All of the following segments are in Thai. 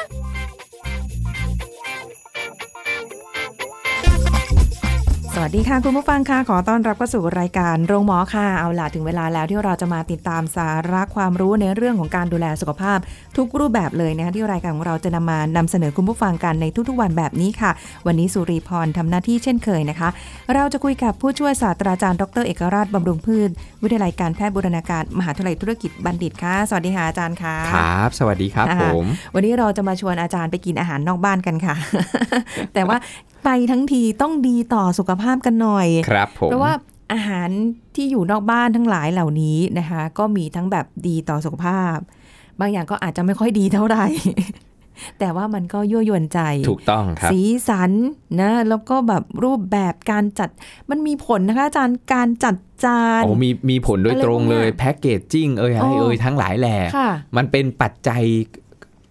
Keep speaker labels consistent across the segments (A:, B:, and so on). A: ล
B: สวัสดีค่ะ คุณผู้ฟังค่ะ ขอต้อนรับเข้าสู่รายการโรงหมอค่ะ เอาล่ะ ถึงเวลาแล้วที่เราจะมาติดตามสาระความรู้ในเรื่องของการดูแลสุขภาพ ทุกรูปแบบเลยนะคะที่รายการของเราจะนำมานำเสนอคุณผู้ฟังกันในทุกๆวันแบบนี้ค่ะ วันนี้สุริพรทำหน้าที่เช่นเคยนะคะ เราจะคุยกับผู้ช่วยศาสตราจารย์ดรเอกราชบำรุงพืช วิทยาลัยการแพทย์บูรณาการมหาวิทยาลัยธุรกิจบัณฑิตค่ะ สวัสดีค่ะอาจารย์ค่ะ
C: ครับ สวัสดีครับ
B: อ่า
C: ผม
B: วันนี้เราจะมาชวนอาจารย์ไปกินอาหารนอกบ้านกันค่ะ แต่ว่าไปทั้งทีต้องดีต่อสุขภาพกันหน่อย
C: ครับผม
B: เพราะว่าอาหารที่อยู่นอกบ้านทั้งหลายเหล่านี้นะคะ ก็มีทั้งแบบดีต่อสุขภาพ บางอย่างก็อาจจะไม่ค่อยดีเท่าไหร่ แต่ว่ามันก็ยั่วยวนใจ
C: ถูกต้องครับ
B: สีสันนะแล้วก็แบบรูปแบบการจัดมันมีผลนะคะอาจารย์การจัดจาน
C: โอ้มีมีผลโดย
B: อะไร
C: ตรงเลย
B: พวกเนี้ย
C: แพ็กเกจจิ้งเอ่ยอะไร
B: โอ้
C: เอ่ยทั้งหลายแหล่
B: ค่ะ
C: มันเป็นปัจจัย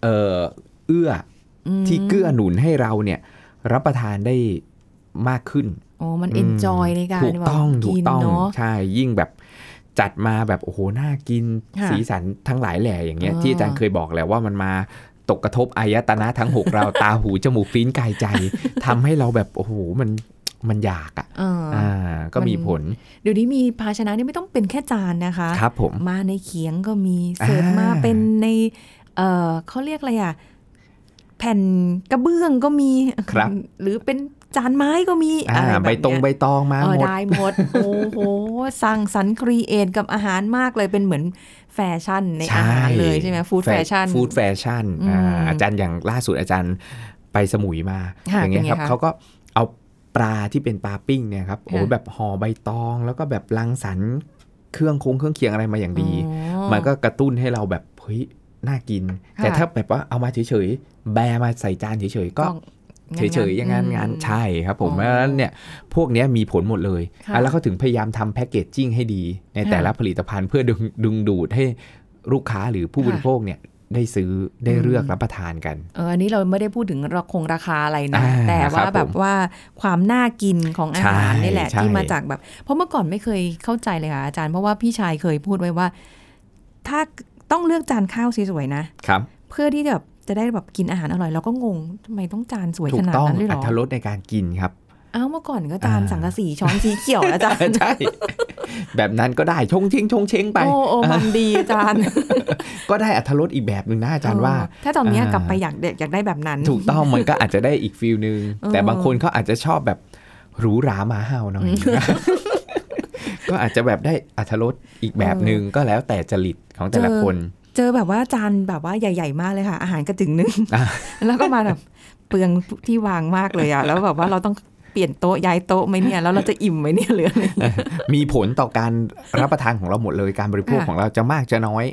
C: เอ่อเอื้อ
B: อื
C: อ
B: ม
C: ที่เกื้อหนุนให้เราเนี่ยรับประทานได้มากขึ้น
B: โอ้มันเอนจอยในการ
C: ถูกต้อง
B: แบบ
C: ถูก
B: กิน
C: ต้อง
B: เนาะ
C: ใช่ยิ่งแบบจัดมาแบบโอ้โหน่ากิน
B: ค่ะ
C: สีสันทั้งหลายแหล่อย่างเงี้ย
B: อ่า
C: ที่อาจารย์เคยบอกแล้วว่ามันมาตกกระทบอายตนะทั้งหกเรา ตาหูจมูกลิ้นกาย ใจทำให้เราแบบโอ้โหมันมันอยากอะ
B: เอออ
C: อ่าก็มี
B: มัน
C: ผล
B: เดี๋ยวนี้มีภาชนะนี่ไม่ต้องเป็นแค่จานนะคะ
C: ครับผม
B: มาในเขียงก็มีเสิร์ฟมา
C: อ่า
B: เป็นใน เออเขาเรียกอะไรอ่ะ แผ่นกระเบื้องก็มี หรือเป็นจานไม้ก็มีอะ
C: อ่า
B: ไรแบบ
C: ใบ
B: เนี้ย
C: ตรงใบตองมา
B: เอ
C: ห
B: อ
C: มด
B: ได้หมด โอ้โหสร้างสรรค์ครีเอทกับอาหารมากเลยเป็นเหมือนแฟชั่นในอาหารเลยใช่ไหมฟู้ดแฟชั่น
C: ฟู้ดแฟชั่น
B: อืม
C: อ่าอาจารย์อย่างล่าสุดอาจารย์ไปสมุยมา
B: ค่ะ
C: อย่างเงี้ย
B: เป็นไง
C: ครับ
B: คะ
C: เขาก็เอาปลาที่เป็นปลาปิ้งเนี่ยครับโอ้
B: ค่ะ
C: แบบห่อใบตองแล้วก็แบบรังสรรค์เครื่องคงเครื่องเคียงอะไรมาอย่างดี
B: อ๋อ
C: มันก็กระตุ้นให้เราแบบเฮ้ยน่ากิน
B: ค่ะ
C: แต่ถ้าแบบว่าเอามาเฉยๆแบมาใส่จานเฉยๆก็ เฉยๆอย่างนั้น
B: อืม
C: งานใช่ครับผม
B: อ๋อ
C: เพราะฉะนั้นเนี่ยพวกเนี้ยมีผลหมดเลย
B: ค่ะ
C: อ่ะแล้วเขาถึงพยายามทำแพคเกจจิ้งให้ดี ใน
B: ค่ะ
C: แต่ละผลิตภัณฑ์เพื่อดึงดึงดูดให้ลูกค้าหรือผู้
B: ค่ะ
C: บริโภคเนี่ยได้ซื้อได้เลือก
B: อืม
C: รับประทานกัน
B: เอออันนี้เราไม่ได้พูดถึงราคงราคาอะไรนะ
C: อ่า
B: แต่ว่า
C: ครับ
B: แบบว่าความน่ากินของอาหาร
C: ใช่
B: นี่แหละ
C: ใช่
B: ที่มาจากแบบ เพราะเมื่อก่อนไม่เคยเข้าใจเลยค่ะอาจารย์เพราะว่าพี่ชายเคยพูดไว้ว่า ถ้าต้องเลือกจานข้าวสวยๆนะครับ เพื่อที่แบบจะได้แบบกินอาหารอร่อยเราก็งงทำไมต้องจานสวย
C: ถู
B: ข
C: ก
B: นาด
C: ต้อง
B: นั้นเลยเห
C: อั
B: รอ
C: ตรสในการกิน ครับ
B: เอ้าเมื่อก่อนก็จาน
C: อ่า
B: สังกะสีช้อนสีเขียวนะอาจารย์
C: ใช่ แบบนั้นก็ได้ชงทิ้งชงเช้งไป
B: โอ้โอ้มันดีอาจารย์
C: ก็ได้อัตรสอีกแบบหนึ่งนะอาจารย์ว่า
B: เออถ้าตอนเนี้ย
C: อ่าก ก
B: ลับไปอยากเด็กอยากได้แบบนั้น
C: ถูกต้องมันก็อาจจะได้อีกฟิลนึง
B: เออ
C: แต่บางคนเขาอาจจะชอบแบบหรูหราหมาเห่าหน่อย ก็อาจจะแบบได้อัธรสอีกแบบหนึ่งก็แล้วแต่จริตของแต่ละคน
B: เจอแบบว่าจานแบบว่าใหญ่ ๆ มากเลยค่ะ อาหารกระจึงหนึง
C: อ่ะ
B: แล้วก็มาแบบเปลืองที่วางมากเลยอะ แล้วแบบว่าเราต้องเปลี่ยนโต๊ะย้ายโต๊ะไหมเนี่ยแล้วเราจะอิ่มไหมเนี่ยหรืออะไรอย่างเงี้ย
C: มีผลต่อการรับประทานของเราหมดเลยการบริโภค
B: ค่ะ
C: ของเราจะมากจะน้อย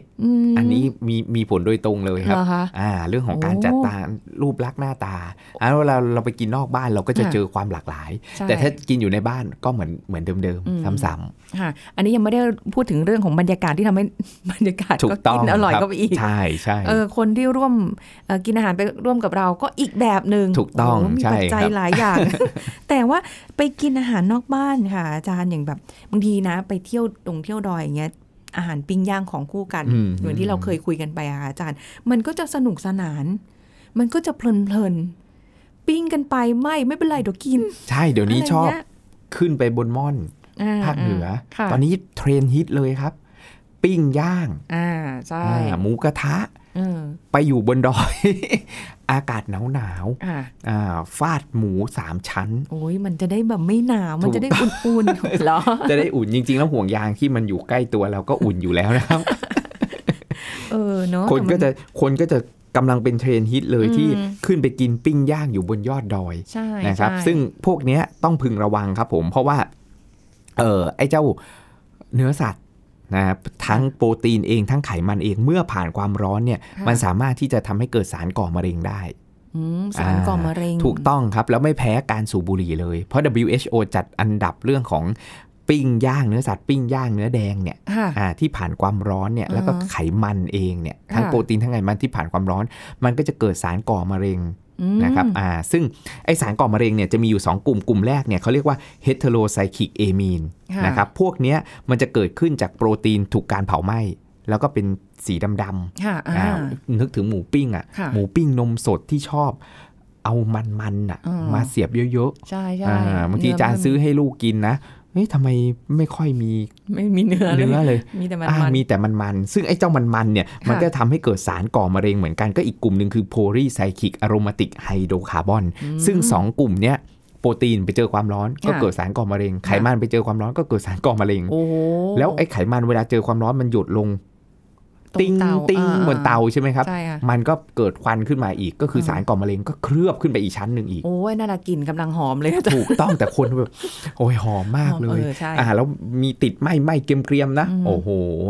B: ม
C: อันนี้มีมีผลโดยตรงเลยครับ
B: เหรอคะ
C: อ่า เรื่องของการ
B: โอ้
C: จัดตารูปลักษณ์หน้าตาอ่าเวลาเราไปกินนอกบ้านเราก็จะ
B: ค่ะ
C: เจอความหลากหลาย
B: ใช่
C: แต่ถ้ากินอยู่ในบ้านก็เหมือนเหมือนเดิม
B: อืม
C: ๆซ้ำๆ
B: ค่ะ อันนี้ยังไม่ได้พูดถึงเรื่องของบรรยากาศที่ทำให้ บรรยากาศ
C: ถู
B: ก็
C: กต้อง
B: กินอร่อย
C: ครับ
B: ก็ไปอีก
C: ใช่ใช่
B: เออคนที่ร่วมเอ่อกินอาหารไปร่วมกับเราก็อีกแบบหนึ่ง
C: ถูกต้อง
B: โโหมี
C: ใช่
B: ปัจจัย
C: ครับ
B: หลาย อย่าง แต่ว่าไปกินอาหารนอกบ้านค่ะ อาจารย์อย่างแบบบางทีนะ ไปเที่ยวดงเที่ยวดอยอย่างเงี้ยอาหารปิ้งย่างของคู่กัน
C: อืม
B: เหมือนที่เราเคยคุยกันไปอะค่ะอาจารย์ มันก็จะสนุกสนาน มันก็จะเพลินเพลินๆปิ้งกันไปไม่ไม่เป็นไรเดี๋ยวกิน
C: ใช่เดี๋ยวนี้
B: ะไร
C: ชอบ
B: เงี้ย
C: ขึ้นไปบนม่อน
B: อ่
C: ภาคเหนือ
B: ค่ะ
C: ตอนนี้เทรนด์ฮิตเลยครับ ปิ้งย่าง
B: อ่าใช่
C: อ่าหมูกระทะ
B: เออ
C: ไปอยู่บนดอย อากาศหนาวหนาว
B: อ่า
C: ๆอ่าฟาดหมูสามชั้น
B: โอ้ยมันจะได้แบบไม่หนาวมันจะได้อุ่นๆเหรอ
C: จะได้อุ่นจริง ๆ แล้วห่วงยางที่มันอยู่ใกล้ตัวเราก็อุ่นอยู่แล้วนะครับ
B: เออเนาะ
C: คน
B: แต่มั
C: ก็จะคนก็จะกำลังเป็นเทรนด์ฮิตเลยที่
B: อืม
C: ขึ้นไปกินปิ้งย่างอยู่บนยอดดอย
B: ใช่
C: นะครับ
B: ใช่
C: ซึ่งพวกเนี้ยต้องพึงระวังครับผมเพราะว่าเออไอ้เจ้าเนื้อสัตว์นะครับทั้งโปรตีนเองทั้งไขมันเองเมื่อผ่านความร้อนเนี่ย
B: ค่ะ
C: มันสามารถที่จะทำให้เกิดสารก่อมะเร็งได้
B: อืมสาร
C: อ่า
B: ก่อมะเร็ง
C: ถูกต้องครับ แล้วไม่แพ้การสูบบุหรี่เลย เพราะ WHO จัดอันดับเรื่องของปิ้งย่างเนื้อสัตว์ปิ้งย่างเนื้อแดงเนี่ย
B: ค่ะ
C: อ่าที่ผ่านความร้อนเนี่ย
B: อ่าฮะ
C: แล้วก็ไขมันเองเนี่ยทั้ง
B: ค่ะ
C: โปรตีนทั้งไขมันที่ผ่านความร้อน มันก็จะเกิดสารก่อมะเร็ง
B: อืม
C: นะครับอ่าซึ่งไอสารก่อมะเร็งเนี่ยจะมีอยู่ 2 กลุ่มกลุ่มแรกเนี่ยเขาเรียกว่า heterocyclic amine
B: ค่ะ
C: นะครับพวกเนี้ยมันจะเกิดขึ้นจากโปรตีนถูกการเผาไหม้แล้วก็เป็นสีดำๆ
B: ค่ะอ่า
C: อ่านึกถึงหมูปิ้งอ่ะ
B: ค่ะ
C: หมูปิ้งนมสดที่ชอบ เอามันมันๆอ่ะ
B: อืม
C: มาเสียบเยอะ
B: ใช่
C: ๆ
B: ใช่
C: อ่าบางที
B: เนื้
C: อาจานซื้อให้ลูกกินนะเฮ้ยทำไมไม่ค่อยมี
B: ไม่มีเนื้อเล
C: เนื้อย เลย
B: มีแต่มัน
C: อ่า
B: มัน
C: มีแต่มันมันๆซึ่งไอ้เจ้ามันมันๆเนี่ย มัน
B: ค่ะ
C: ก็ทำให้เกิดสารก่อมะเร็งเหมือนกันก็อีกกลุ่มหนึ่งคือโพลีไซคลิกอะโรมาติกไฮโดรคาร์บอนซึ่งสองกลุ่มเนี้ยโปรตีนไปเจอความร้อนก็เกิดสารก่อมะเร็งไขมันไปเจอความร้อนก็เกิดสารก่อมะเร็ง
B: โอ้โห
C: แล้วไอ้ไขมันเวลาเจอความร้อนมันหยดลง
B: ตรง
C: ติ้ง
B: เตา
C: ติ้ง
B: อ่า
C: บนเตาใช่ไหมครับ
B: ใช่ค่ะ
C: มันก็เกิดควันขึ้นมาอีกก็คือ
B: ม
C: สารก่อมะเร็งก็เคลือบขึ้นไปอีกชั้นหนึ่งอีก
B: โอ้ยน่าจะกลิ่นกำลังหอมเลยอาจารย์
C: ถูกต้องแต่คนแบบโอ้ยหอมมากเลย
B: ออใช่
C: อ่าแล้วมีติดไหม้ไหม้เกรียมๆนะ
B: อืม
C: โอ้โห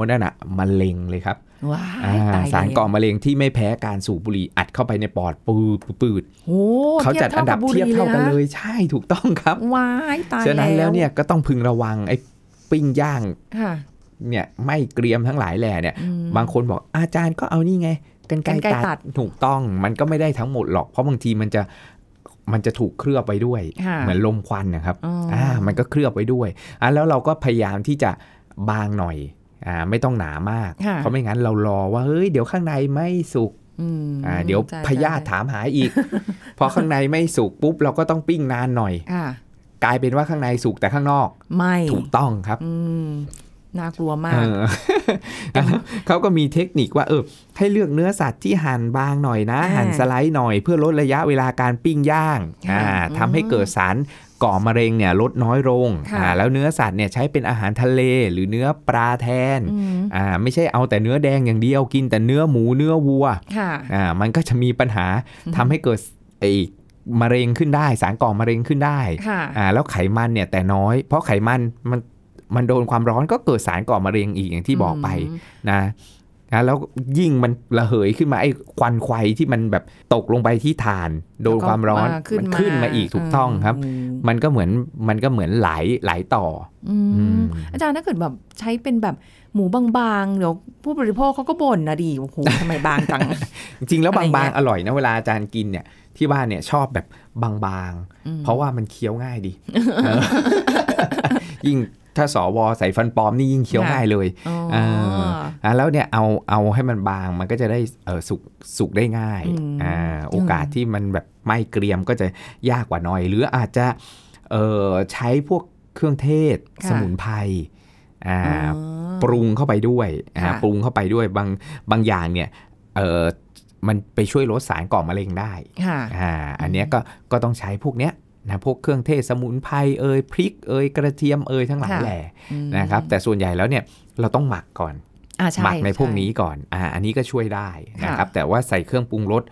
C: นั่นอะมะเร็งเลยครับ
B: ว้า
C: อ่าย
B: ตาย
C: สาร
B: แล้ว
C: ก่อมะเร็งที่ไม่แพ้การสูบบุหรี่อัดเข้าไปในปอดปืดปืด
B: โอ้
C: เขาจัดอันดับเทียบเท่ากันเลยใช่ถูกต้องครับ
B: ว้ายตาย
C: ฉะนั้นแล้วเนี่ยก็ต้องพึงระวังไอ้ปิ้งย่าง
B: ค่ะ
C: เนี่ยไหม่เกรียมทั้งหลายแหล่เนี่ย
B: อืม
C: บางคนบอกอาจารย์ก็เอานี่ไงกันไก
B: ก
C: ล
B: รรไกรตั
C: ตั
B: ด
C: ดถูกต้องมันก็ไม่ได้ทั้งหมดหรอก เพราะบางทีมันจะมันจะถูกเคลือบไปด้วย
B: ค่ะ
C: เหมือนลมควันนะครับ
B: อ๋ออ่
C: ่ามันก็เคลือบไปด้วยอ่ะแล้วเราก็พยายามที่จะบางหน่อยอ่าไม่ต้องหนามาก
B: ค่ะ
C: เพราะไม่งั้นเรารอว่าเฮ้ยเดี๋ยวข้างในไม่สุก
B: อืม
C: อ่าเดี๋ยว
B: ใช่
C: พยาธิถามหา อีก พอข้างในไม่สุกปุ๊บเราก็ต้องปิ้งนานหน่อย
B: ค่ะ
C: กลายเป็นว่าข้างในสุกแต่ข้างนอก
B: ไม่
C: ถูกต้องครับ
B: อืมน่ากลัวมาก
C: เอ อเขาก็มีเทคนิคว่าเออให้เลือกเนื้อสัตว์ที่หั่นบางหน่อยนะ
B: อ่า
C: หั่นสไลด์หน่อยเพื่อลดระยะเวลาการปิ้งย่าง
B: ค่ะ
C: อ่า
B: อืม
C: ทำให้เกิดสารก่อมะเร็งเนี่ยลดน้อยลง
B: ค่ะ
C: อ่าแล้วเนื้อสัตว์เนี่ยใช้เป็นอาหารทะเลหรือเนื้อปลาแทน
B: อืม
C: อ่าไม่ใช่เอาแต่เนื้อแดงอย่างเดียวกินแต่เนื้อหมูเนื้อวัว
B: ค่ะ
C: อ่ามันก็จะมีปัญหา
B: อืม
C: ทำให้เกิดไอ้มะเร็งขึ้นได้ สารก่อมะเร็งขึ้นได้
B: ค่ะ
C: อ่าแล้วไขมันเนี่ยแต่น้อย เพราะไขมันมันมันโดนความร้อนก็เกิดสารก่อมะเร็งอีกอย่างที่บอกไปนะนะแล้วยิ่งมันระเหยขึ้นมาไอ้ควันไฟที่มันแบบตกลงไปที่ฐาน โดนความร้อน
B: แล้วก็
C: มัขึ้นมาอีกถูกต้องครับ มันก็เหมือนมันก็เหมือนไหลไหลต่อ
B: อืม
C: อ
B: อื
C: อื
B: ม
C: ม
B: อาจารย์ถ้าเกิดแบบใช้เป็นแบบหมูบางๆเดี๋ยวผู้บริโภคเขาก็บ่นนะดิโอ้โหทำไมบางจัง
C: จริงๆแล้ว
B: อะไร
C: บา
B: เงี้ย
C: งๆอร่อยนะเวลาอาจารย์กินเนี่ยที่บ้านเนี่ยชอบแบบบางๆ เพราะว่ามันเคี้ยวง่ายดีเอ อยิ่งถ้าสวใส่ฟันปลอมนี่ยิ่งเคี้ยวง่ายเลย
B: อ๋อ
C: เอออ่ะแล้วเนี่ยเอาเอาให้มันบางมันก็จะได้เออสุกสุกได้ง่าย
B: อืม
C: อ่าโอกาสที่มันแบบไม่เกรียมก็จะยากกว่าหน่อย หรืออาจจะเออใช้พวกเครื่องเทศ
B: ค่ะ
C: สมุนไพรอ่า
B: อ๋อ
C: ปรุงเข้าไปด้วยอ่า
B: ค่ะ
C: ปรุงเข้าไปด้วยบางบางอย่างเนี่ยเออมันไปช่วยลดสารก่อมะเร็งได้
B: ค่ะ
C: อ่าอันเนี้ยก็ก็ต้องใช้พวกเนี้ยนะพวกเครื่องเทศสมุนไพรเอยพริกเอยกระเทียมเอยทั้งหลาย
B: ค่ะ
C: แหล่
B: อืม
C: นะครับแต่ส่วนใหญ่แล้วเนี่ยเราต้องหมักก่อน
B: อ่าช่
C: หมักในพวก
B: ช่
C: นี้ก่อนอ่าอันนี้ก็ช่วยได้นะครับ
B: ค่ะ
C: แต่ว่าใส่เครื่องปรุงรส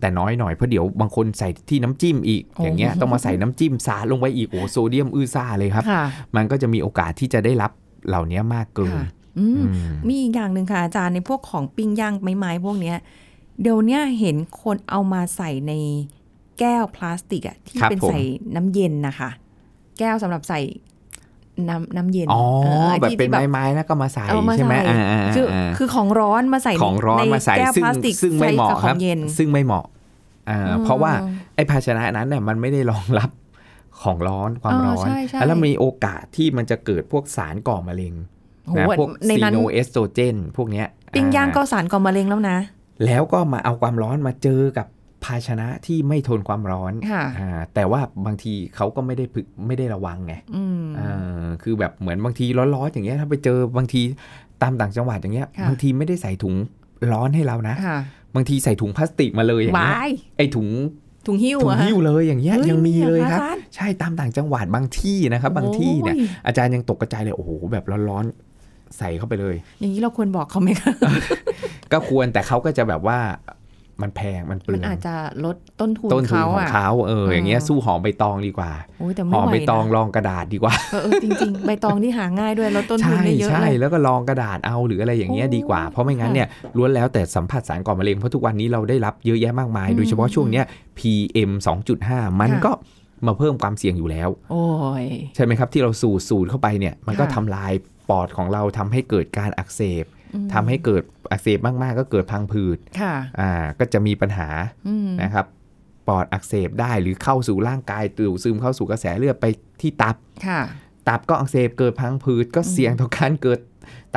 C: แต่น้อยหน่อยเพราะเดี๋ยวบางคนใส่ที่น้ำจิ้มอีก อย่างเงี้ยต้องมาใส่น้ำจิ้มสาดลงไปอีกโอ้โหโซเดียมอื้อซ่าเลยครับ
B: ค่ะ
C: มันก็จะมีโอกาสที่จะได้รับเหล่านี้มากเกิน
B: ค่ะ อืม
C: อืม
B: มีอีกอย่างหนึ่งค่ะอาจารย์ในพวกของปิ้งย่างไม้ๆพวกเนี้ยเดี๋ยวเนี้ยเห็นคนเอามาใส่ในแก้วพลาสติกอะที่
C: ครับ
B: เป็น
C: ผม
B: ใส่น้ำเย็นนะคะ แก้วสำหรับใส่น้ำน้ำเย็น
C: ๋อแบบ
B: เที่
C: เป็น
B: ที่
C: ไม้ๆแล้วก็มาใส่
B: เอามา
C: ใช่ไหม
B: ใส่
C: อ่าอ่า
B: คือ
C: อ่า
B: คือของร้อนมาใส่ใน
C: ของร้อนมาใส่
B: แก้ว
C: ซึ่
B: พ
C: ง
B: ลาสติก
C: ซึ่งไม่เหมาะ
B: ใส่กับข
C: ค
B: อ
C: รับ
B: งเย็น
C: ซึ่งไม่เหมาะอ่าเพราะว่า
B: อืม
C: ไอ้ภาชนะนั้นเนี่ยมันไม่ได้รองรับของร้อนความ
B: อ๋อ
C: ร้อน
B: ใช่ใช่
C: แล้วมีโอกาสที่มันจะเกิดพวกสารก่อมะเร็ง
B: โห
C: นะพวก
B: ใน
C: ซี
B: นั้น
C: โนเอสโตรเจนพวกเนี้ย
B: ปิ้งย่างก็สารก่อมะเร็งแล้วนะ
C: แล้วก็มาเอาความร้อนมาเจอกับภาชนะที่ไม่ทนความร้อน
B: ค่ะ
C: อ่าแต่ว่าบางทีเขาก็ไม่ได้พึกไม่ได้ระวังไง
B: อืม
C: อ่าคือแบบเหมือนบางทีร้อนๆอย่างเงี้ยถ้าไปเจอบางทีตามต่างจังหวัดอย่างเงี้ย
B: ค่ะ
C: บางทีไม่ได้ใส่ถุงร้อนให้เรานะ
B: ค่ะ
C: บางทีใส่ถุงพลาสติกมาเลยอย่างเงี้ยว
B: าย
C: ไอ้ถุง
B: ถุงหิ้ว
C: ถุง
B: อะฮะ
C: หิ้วเลยอย่างเงี้ย
B: ฮ้
C: ยังมีเลย
B: ห
C: ค
B: อ
C: รับ
B: อาจาย์
C: ใช่ตามต่างจังหวัดบางที่นะครับ บางที่เนี่ย
B: โอ้
C: อาจารย์ยังตกกระจายเลยโอ้โหแบบร้อนๆใส่เข้าไปเลย
B: อย่างนี้เราควรบอกเขาไหมคะ
C: ก็ควรแต่เขาก็จะแบบว่า มันแพงมันเป
B: มั
C: ลื
B: น
C: อง
B: อาจจะลดต้นทุน
C: ต้นทุน
B: เขา
C: ของ
B: อ่ะ
C: เขาเอออย่างเงี้ย
B: อืม
C: สู้หอมใบตองดีกว่า
B: โอ้ยแต่
C: ห
B: ไม่
C: อม
B: ไหว
C: ใบตอง
B: นะ
C: รองกระดาษดีกว่า
B: เออเออจริง ๆ ใบตองนี่หาง่ายด้วยลดต้นทุน
C: ใช่
B: ได้เยอะ
C: ใช่
B: เลย
C: แล้วก็ลองกระดาษเอาหรืออะไรอย่างเงี้ย
B: โอ้ย
C: ดีกว่า เพราะไม่งั้นเนี่ยล้วนแล้วแต่สัมผัสสารก่อมะเร็งเพราะทุกวันนี้เราได้รับเยอะแยะมากมาย
B: อืม
C: โดยเฉพาะช่วงเนี้ย PM 2.5 มัน
B: ค่ะ
C: ก็มาเพิ่มความเสี่ยงอยู่แล้ว
B: โอ้ย
C: ใช่ไหมครับ ที่เราสูดสูดเข้าไปเนี่ยมันก็
B: ค่ะ
C: ทำลายปอดของเราทำให้เกิดการอักเสบ
B: อืม
C: ทำให้เกิดอักเสบมาก ๆ ก็เกิดพังผืด
B: ค่ะ
C: อ่าก็จะมีปัญหา
B: อืม
C: นะครับปอดอักเสบได้หรือเข้าสู่ร่างกายติวซึมเข้าสู่กระแสเลือดไปที่ตับ
B: ค่ะ
C: ตับก็อักเสบเกิดพังผืดก็เสี่ยงต่อการเกิด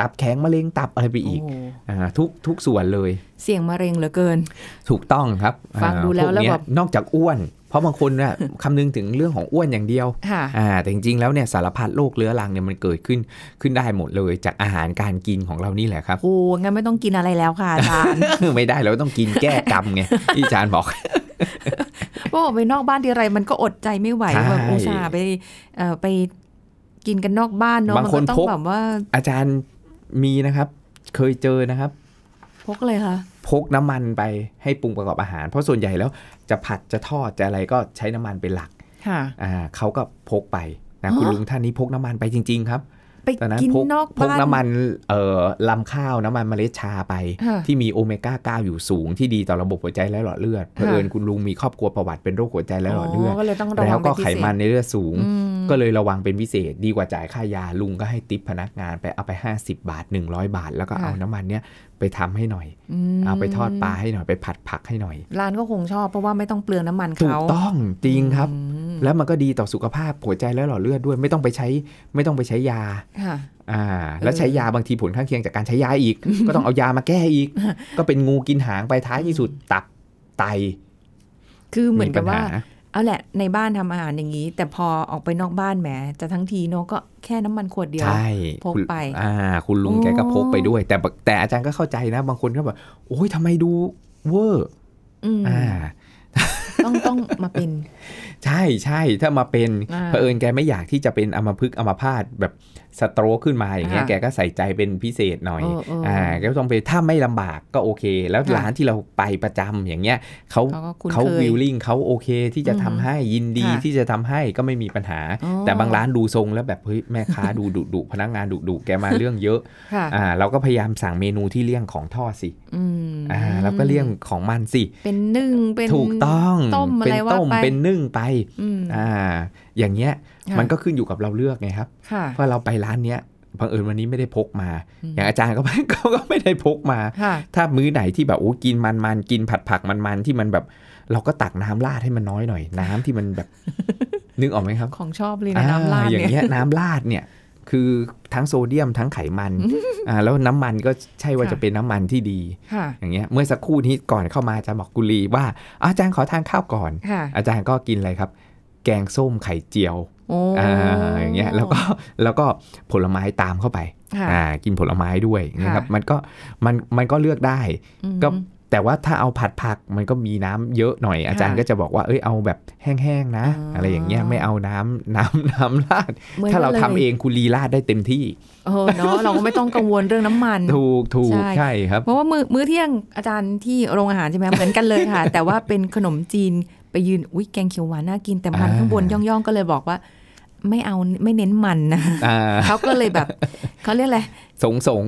C: ตับแข็งมะเร็งตับอะไรไปอีก
B: โอ้
C: อ่าทุกทุกส่วนเลย
B: เสี่ยงมะเร็งเหลือเกิน
C: ถูกต้องครับ
B: ฟัง
C: อ่า
B: ดูแล้ว
C: พก
B: แล้ว
C: เนี้ย
B: แบบ
C: นอกจากอ้วน เพราะบาง คนเนี่ย คำนึงถึงเรื่องของอ้วนอย่างเดียว
B: ค่ะ
C: อ่าแต่จริงๆแล้วเนี่ยสารพัดโรคเรื้อรังเนี่ยมันเกิดขึ้นขึ้นได้หมดเลย จากอาหารการกินของเรานี่แหละครับ
B: โอ้งั้นไม่ต้องกินอะไรแล้วค่ะอาจารย์
C: ไม่ได้เราต้องกินแก้กรรมไงที่อาจารย์บอก
B: เพราะออกไปนอกบ้านทีไรมันก็อดใจไม่ไหว
C: ใช่
B: แบบอุตส่าห์ไปเอ่อไปกินกันนอกบ้านเนาะ
C: บาง
B: มัน
C: ค
B: ก็
C: น
B: ต้อง
C: พก
B: แบบว่า
C: อาจารย์มีนะครับ เคยเจอนะครับ
B: พกเลยค่ะ
C: พกน้ำมันไปให้ปรุงประกอบอาหาร เพราะส่วนใหญ่แล้วจะผัดจะทอดจะอะไรก็ใช้น้ำมันเป็นหลัก
B: ค่ะ
C: อ่าเขาก็พกไปนะคุณ
B: ฮะ
C: ลุงท่านนี้พกน้ำมันไปจริง ๆ ครับ
B: ไป
C: ตอนนั้น
B: กิน
C: พก
B: นอก
C: พก
B: บ้าน
C: น้ำมันเอ่อลำข้าวน้ำมันเมล็ดชาไป
B: ค่ะ
C: ที่มีโอเมก้า 9 อยู่สูงที่ดีต่อระบบหัวใจและหลอดเลือดเผอิญคุณลุงมีครอบครัวประวัติเป็นโรคหัวใจและหลอดเลือด
B: ก็เลยต้องระ
C: แล้
B: วั
C: ว
B: ง
C: ก็
B: เป็นพิ
C: ไข
B: เศษ
C: มันในเลือดสูง
B: อืม
C: ก็เลยระวังเป็นพิเศษดีกว่าจ่ายค่ายาลุงก็ให้ติปพนักงานไปเอาไป 50 บาท 100 บาท แล้วก็เอาน้ำมันเนี้ยไปทำให้หน่อย
B: ม
C: เอาไปทอดปลาให้หน่อยไปผัดผักให้หน่อย
B: ร้านก็คงชอบเพราะว่าไม่ต้องเปลืองน้ำมัน
C: ถูก
B: เขา
C: ต้องจริงครับ
B: อืม
C: แล้วมันก็ดีต่อสุขภาพหัวใจและหลอดเลือดด้วยไม่ต้องไปใช้ไม่ต้องไปใช้ยา
B: ค่ะ
C: อ่าแล้วใช้ยาบางทีผลข้างเคียงจากการใช้ยาอีก ก็ต้องเอายามาแก้ อีก ก็เป็นงูกินหางไปท้ายที่สุดตับไต
B: คือเหมือนกับ
C: ปัญ
B: ว่า เอาแหละในบ้านทำอาหารอย่างนี้ แต่พอออกไปนอกบ้านแหมจะทั้งทีเนาะก็แค่น้ำมันขวดเดียว
C: ใช่
B: พก
C: คุณ
B: ไป
C: อ่าคุณลุง
B: โอ้
C: แกก็พกไปด้วย แต่บแต่อาจารย์ก็เข้าใจนะ บางคนก็แบบโอ้ยทำไมดูเวอร์
B: อืม
C: อ่า
B: ต้องต้องมาเป็น
C: ใช่ใช่ถ้ามาเป็น
B: อ่า
C: เผอิญแกไม่อยากที่จะเป็นอัมพฤกษ์อัมพาตแบบสโตรกขึ้นมาอย่างเงี้ย
B: อ่า
C: แกก็ใส่ใจเป็นพิเศษหน่อย
B: เออเอออ
C: อ่าก็ต้องไปถ้าไม่ลำบากก็โอเค แล้ว
B: ค่ะ
C: ร้านที่เราไปประจำอย่างเงี้ยเขา
B: เขาก็คุ้น
C: เขา
B: เคย
C: วิลลิ่งเขาโอเคที่จะ
B: อือหือ
C: ทำให้ยินดี
B: ค่ะ
C: ที่จะทำให้ก็ไม่มีปัญหา
B: อ๋อ
C: แต่บางร้านดูทรงแล้วแบบเฮ้ยแม่ค้าดูดุดุพนักงานดุดุแกมาเรื่องเยอะ
B: ค่ะ
C: อ่าเราก็พยายามสั่งเมนูที่เลี่ยงของทอดสิ
B: อืม
C: อ่าเราก็เลี่ยงของมันสิ
B: เป็นนึ่งเป็น
C: ถูกต้อง
B: ต้ม
C: เป็
B: อะ
C: น
B: ไรว่า
C: ต้ม
B: ไป
C: เป็นนึ่งไป
B: อืม
C: อ่าอย่างเงี้ย
B: ค่ะ
C: มันก็ขึ้นอยู่กับเราเลือกไงครับ
B: ค่ะ
C: ว่าเราไปร้านเนี้ยบังเอิญวันนี้ไม่ได้พกมา
B: อืม
C: อย่างอาจารย์ก็ไม่ เขาก็ไม่ได้พกมา
B: ค่ะ
C: ถ้ามื้อไหนที่แบบโอ้กินมันมันๆกินผัดผักมันมันๆที่มันแบบ เราก็ตักน้ำราดให้มันน้อยหน่อย น้ำที่มัน แบบ นึกออกไหมครับ
B: ของชอบเลยนะน้ำลาด
C: อ่อย่าง
B: เนี่ย
C: เงี้ยน้ำราดเนี่ย คือทั้งโซเดียมทั้งไขมันอ่าแล้วน้ำมันก็ใช่ว่า
B: ค่ะ
C: จะเป็นน้ำมันที่ดี
B: ค่ะ
C: อย่างเงี้ยเมื่อสักครู่นี้ก่อนเข้ามาอาจารย์บอกกุลีว่าอาจารย์ขอทานข้าวก่อน
B: ค่ะ
C: อาจารย์ก็กินอะไรครับ แกงส้มไข่เจียว
B: โอ้
C: อ่าอย่างเงี้ยแล้วก็แล้วก็ผลไม้ตามเข้าไป
B: ค่ะ
C: อ่ากินผลไม้ด้วยนะครับ
B: ค่ะ
C: มันก็มันมันก็เลือกได้
B: อืม
C: ก็แต่ว่าถ้าเอาผัดผักมันก็มีน้ำเยอะหน่อยอาจารย์
B: ค่ะ
C: ก็จะบอกว่าเอ้ยเอาแบบแห้งๆนะ
B: อ๋ออ
C: อะไรอย่างเงี้ยไม่เอาน้ำน้ำ น้ำราด
B: หมือน
C: ถ้าเรา
B: กันลย
C: ทำเองคุณลีราดได้เต็มที่
B: เออเนาะเราก็ไม่ต้องกังวลเรื่องน้ำมัน
C: ถูกถูก
B: ใช่
C: ใช่ ครับ
B: เพราะว่ามือมื้อเที่ยงอาจารย์ที่โรงอาหารใช่ไหมเหมือนกันเลยค่ะ แต่ว่าเป็นขนมจีนไปยืนอุ้ยแกงเขียวหวานน่ากินแต่มัน
C: อ่า
B: ข้างบนย่องๆก็เลยบอกว่า ไม่เอาไม่เน้นมันนะ
C: อ่า
B: เขาก็เลยแบบเขาเรียก อะไร
C: สงสง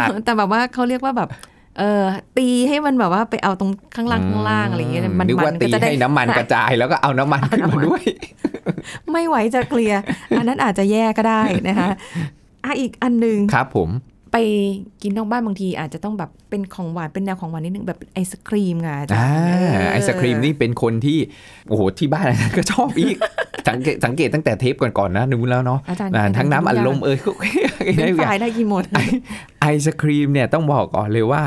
C: ตักตัก
B: แต่แบบว่าเขาเรียกว่าแบบ เออตีให้มันแบบว่าไปเอาตรงข้างล่างข้ างล่างอะไรอย่างเงี้ยมัน
C: นึก
B: มั
C: ว่าน ตี
B: ก็จะได้
C: ให้น้ำมันกระจายแล้วก็เอาน้ำมันขึ้นมาด้วย
B: ไม่ไหวจะเคลียร์ อันนั้นอาจจะแย่ก็ได้นะคะอ่ะอีกอันหนึ่ง
C: ครับผม
B: ไปกินนอกบ้านบางที อาจจะต้องแบบเป็นของหวานเป็นแนวของหวานนิดนึงแบบไอศครีมค่ะอาจารย์
C: อ่า
B: เ
C: ไอศครีมนี่เป็นคนที่โอ้โหที่บ้านอาจารย์ก็ชอบอีก สังเกตสังเกตตั้งแต่เทปก่อนๆนะนู้นแล้วเนาะ
B: อาจารย์
C: อ่าทั้งน้ำอัดลม
B: เ
C: เอ่ย
B: ป็นฝ่ายได้กินหมด
C: ไอศครีมเนี่ยต้องบอกก่อนเลยว่า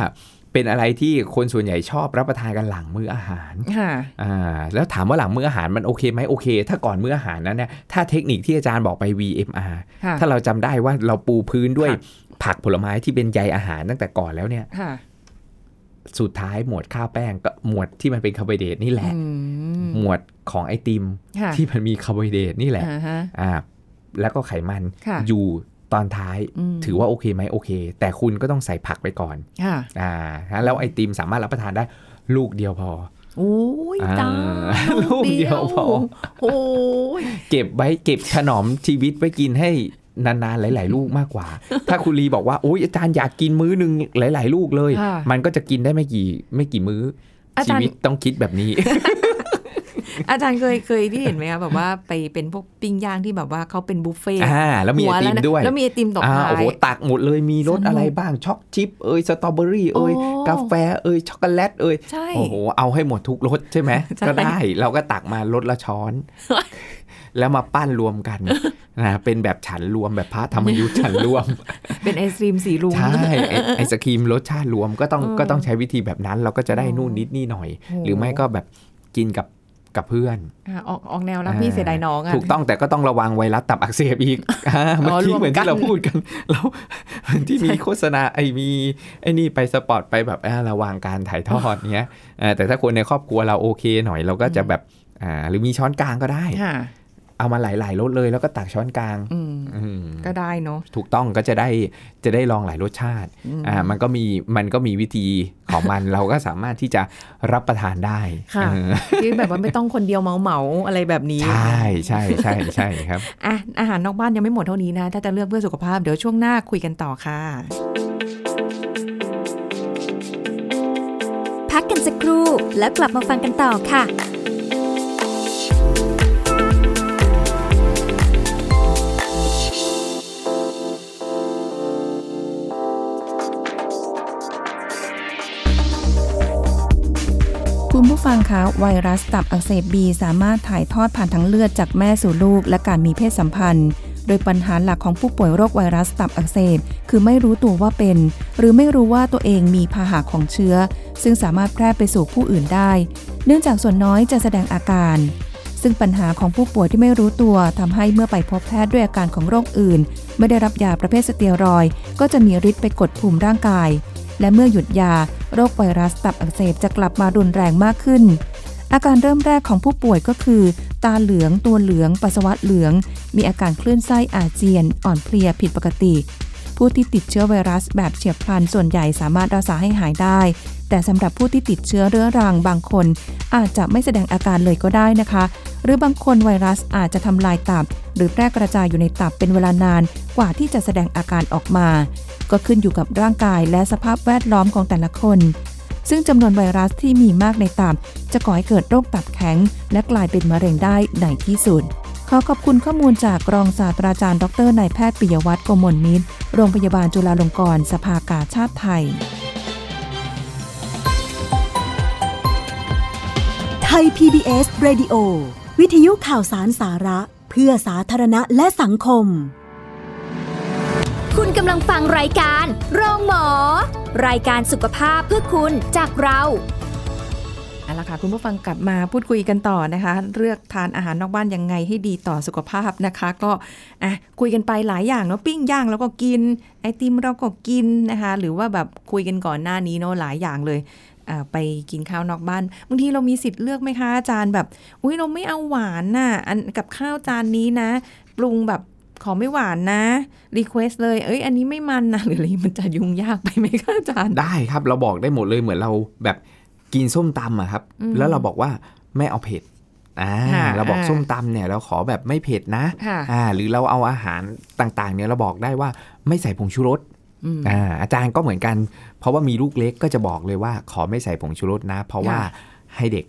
C: เป็นอะไรที่คนส่วนใหญ่ชอบรับประทานกันหลังมื้ออาหาร
B: ค่ะ
C: อ่าแล้วถามว่าหลังมื้ออาหารมันโอเคไหมโอเค ถ้าก่อนมื้ออาหารนั้นเนี่ยถ้าเทคนิคที่อาจารย์บอกไป VMR
B: ค่ะ
C: ถ้าเราจำได้ว่าเราปูพื้นด้วย
B: ค่ะ
C: ผักผลไม้ที่เป็นใยอาหารตั้งแต่ก่อนแล้วเนี่ย
B: ค่ะ
C: สุดท้ายหมวดข้าวแป้งก็หมวดที่มันเป็นคาร์โบไฮเดรตนี่แหละ
B: อืม
C: หมวดของไอติม
B: ค่ะ
C: ที่มันมีคาร์โบไฮเดรตนี่แหละ
B: อ่าฮะ
C: อ่าแล้วก็ไขมัน
B: ค่ะ
C: อยู่ตอนท้าย
B: ม
C: ถือว่าโอเคไหมโอเค แต่คุณก็ต้องใส่ผักไปก่อน
B: ค่ะ
C: อ่าฮะแล้วไอติมสามารถรับประทานได้ ลูกเดียวพอ
B: โอ้ย
C: อ่า
B: ตา
C: ลูกเดียวพอ
B: โอ้ย
C: เก็บไว้เก็บถนอมชีวิตไว้กินให้นานๆหลาย ๆ ลูกมาก กว่า ถ้าคุณลีบอกว่าโอ้ยอาจารย์อยากกินมื้อหนึ่งหลาย ๆ ลูกเลย
B: ค่ะ
C: มันก็จะกินได้ไม่กี่ไม่กี่มื้ออ
B: อา
C: ชี
B: จารย์
C: วิตต้องคิดแบบ นี้
B: อาจารย์เคยเคยที่เห็นไหมคะแบบว่าไปเป็นพวกปิ้งย่างที่แบบว่าเขาเป็นบุฟเฟ่ต์
C: อ่าแล้วมีไอติ
B: หัละ
C: ม
B: นะ
C: ด้วย
B: แล้วมีไอติมตก
C: อ่า
B: ท้าย
C: โอ้โหตักหมดเลยมีรส
B: สนุก
C: อะไรบ้างช็อกชิปเอ้ยสตรอเบอรี่เอ้ย
B: โอ้
C: กาแฟเอ้ยช็อกโกแลตเอ้ย
B: ใช่
C: โอ้โหเอาให้หมดทุกรสใช่ไหม
B: ใช่
C: ก็ได้เราก็ตักมารสละช้อน แล้วมาปั้นรวมกันนะเป็นแบบฉันรวมแบบพระธรรม ยุทธ์ฉันรวม
B: เป็นไอศครีมสีรุ้ง
C: ใช่ไอ้ไอศครีมรสชาติรวมก็ต้อง
B: เออ
C: ก็ต้องใช้วิธีแบบนั้น เราก็จะได้
B: อ๋อ
C: นู่นนิดนี่หน่อย
B: โห
C: หรือไม่ก็แบบกินกับกับเพื่อน
B: อ่ะออกออกแนวรักพี่เสียดายน้องอ่ะ
C: ถูกต้องแต่ก็ต้องระวังไวรัสตับอักเสบอีก อ่าเมื่อ
B: ร
C: กี้
B: วม
C: เหมือน
B: กั
C: ที่
B: น
C: เราพูดกัน แล้วที่มีโฆษณาไอ้มีไอ้นี่ไปสปอตไปแบบอ่าระวังการถ่ายทอดเนี้ยเออแต่ถ้าคนในครอบครัวเราโอเคหน่อยเราก็จะแบบอ่าหรือมีช้อนกลางก็ได้
B: ค่ะ
C: เอามาหลายๆรสเลยแล้วก็ตักช้อนกลาง
B: อืม
C: อืม
B: ก็ได้เนาะ
C: ถูกต้องก็จะได้จะได้ลองหลายรสชาติ
B: อืม
C: อ่า มันก็มีมันก็มีวิธีของมัน เราก็สามารถที่จะรับประทานได้
B: ค่ะ
C: เออ
B: ที่แบบว่าไม่ต้องคนเดียวเมาเมาๆอะไรแบบนี้
C: ใช่ใช่ใช่ใช่ครับ
B: อ่ะอาหารนอกบ้านยังไม่หมดเท่านี้นะ ถ้าจะเลือกเพื่อสุขภาพเดี๋ยวช่วงหน้าคุยกันต่อค่ะ
A: พักกันสักครู่แล้วกลับมาฟังกันต่อค่ะ
D: คุณผู้ฟังคะไวรัสตับอักเสบบี สามารถถ่ายทอดผ่านทางเลือดจากแม่สู่ลูก และการมีเพศสัมพันธ์ โดยปัญหาหลักของผู้ป่วยโรคไวรัสตับอักเสบคือไม่รู้ตัวว่าเป็น หรือไม่รู้ว่าตัวเองมีพาหะของเชื้อ ซึ่งสามารถแพร่ไปสู่ผู้อื่นได้ เนื่องจากส่วนน้อยจะแสดงอาการ ซึ่งปัญหาของผู้ป่วยที่ไม่รู้ตัวทำให้เมื่อไปพบแพทย์ด้วยอาการของโรคอื่น ไม่ได้รับยาประเภทสเตียรอยด์ก็จะมีฤทธิ์ไปกดภูมิร่างกาย และเมื่อหยุดยา โรคไวรัสตับอักเสบจะกลับมารุนแรงมากขึ้น อาการเริ่มแรกของผู้ป่วยก็คือ ตาเหลือง ตัวเหลือง ปัสสาวะเหลือง มีอาการคลื่นไส้อาเจียน อ่อนเพลียผิดปกติ ผู้ที่ติดเชื้อไวรัสแบบเฉียบพลันส่วนใหญ่สามารถรักษาให้หายได้ แต่สำหรับผู้ที่ติดเชื้อเรื้อรังบางคน อาจจะไม่แสดงอาการเลยก็ได้นะคะ หรือบางคนไวรัสอาจจะทำลายตับ หรือแพร่กระจายอยู่ในตับเป็นเวลานานกว่าที่จะแสดงอาการออกมา ก็ขึ้นอยู่กับร่างกายและสภาพแวดล้อมของแต่ละคน ซึ่งจำนวนไวรัสที่มีมากในตับ จะก่อให้เกิดโรคตับแข็ง และกลายเป็นมะเร็งได้ในที่สุด ขอขอบคุณข้อมูลจากรองศาสตราจารย์ดรนายแพทย์ปิยวัฒน์โกมลนิตโรงพยาบาลจุฬาลงกรณ์สภากาชาติไทย
E: ไทย PBS Radio วิทยุข่าวสารสาระ เพื่อสาธารณะและสังคม
A: คุณกำลังฟังรายการโรงหมอ รายการสุขภาพเพื่อคุณจากเรา
B: เอาละค่ะคุณผู้ฟังกลับมาพูดคุยกันต่อนะคะ เลือกทานอาหารนอกบ้านยังไงให้ดีต่อสุขภาพนะคะ ก็อ่ะคุยกันไปหลายอย่างเนาะปิ้งย่างเราก็กิน ไอติมเราก็กินนะคะ หรือว่าแบบคุยกันก่อนหน้านี้เนาะหลายอย่างเลยอ่าไปกินข้าวนอกบ้านบางทีเรามีสิทธิ์เลือกไหมคะอาจารย์แบบอุ้ยเราไม่เอาหวานน่ะอันกับข้าวจานนี้นะ ปรุงแบบขอไม่หวานนะรีเควสเลยเอ้ยอันนี้ไม่มันนะ หรืออะไรมันจะยุ่งยากไปไหมคะอาจารย์
C: ได้ครับเราบอกได้หมดเลยเหมือนเราแบบกินส้มตำอะครับ
B: อืม
C: แล้วเราบอกว่าไม่เอาเผ็ดอ่า
B: ค่ะ
C: เราบอก
B: อ่า
C: ส้มตำเนี่ยเราขอแบบไม่เผ็ดนะ
B: ค่ะ
C: อ่าหรือเราเอาอาหารต่างๆ เนี่ยเราบอกได้ว่าไม่ใส่ผงชูรส
B: อืม
C: อ่าอาจารย์ก็เหมือนกัน เพราะว่ามีลูกเล็กก็จะบอกเลยว่า ขอไม่ใส่ผงชูรสนะ เพราะว่า
B: ค่ะ
C: ให้เด็ก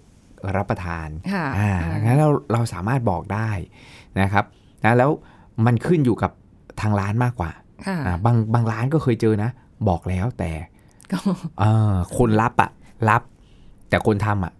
C: รับประทาน
B: ค่ะ
C: อ่า
B: อ่า
C: งั้นเราเราสามารถบอกได้นะครับนะแล้วมันขึ้นอยู่กับทางร้านมากกว่า
B: ค่ะ
C: อ่าบางบางร้านก็เคยเจอนะ บอกแล้วแต่
B: ก็
C: เออคนรับอะรับ แต่คนทำอะ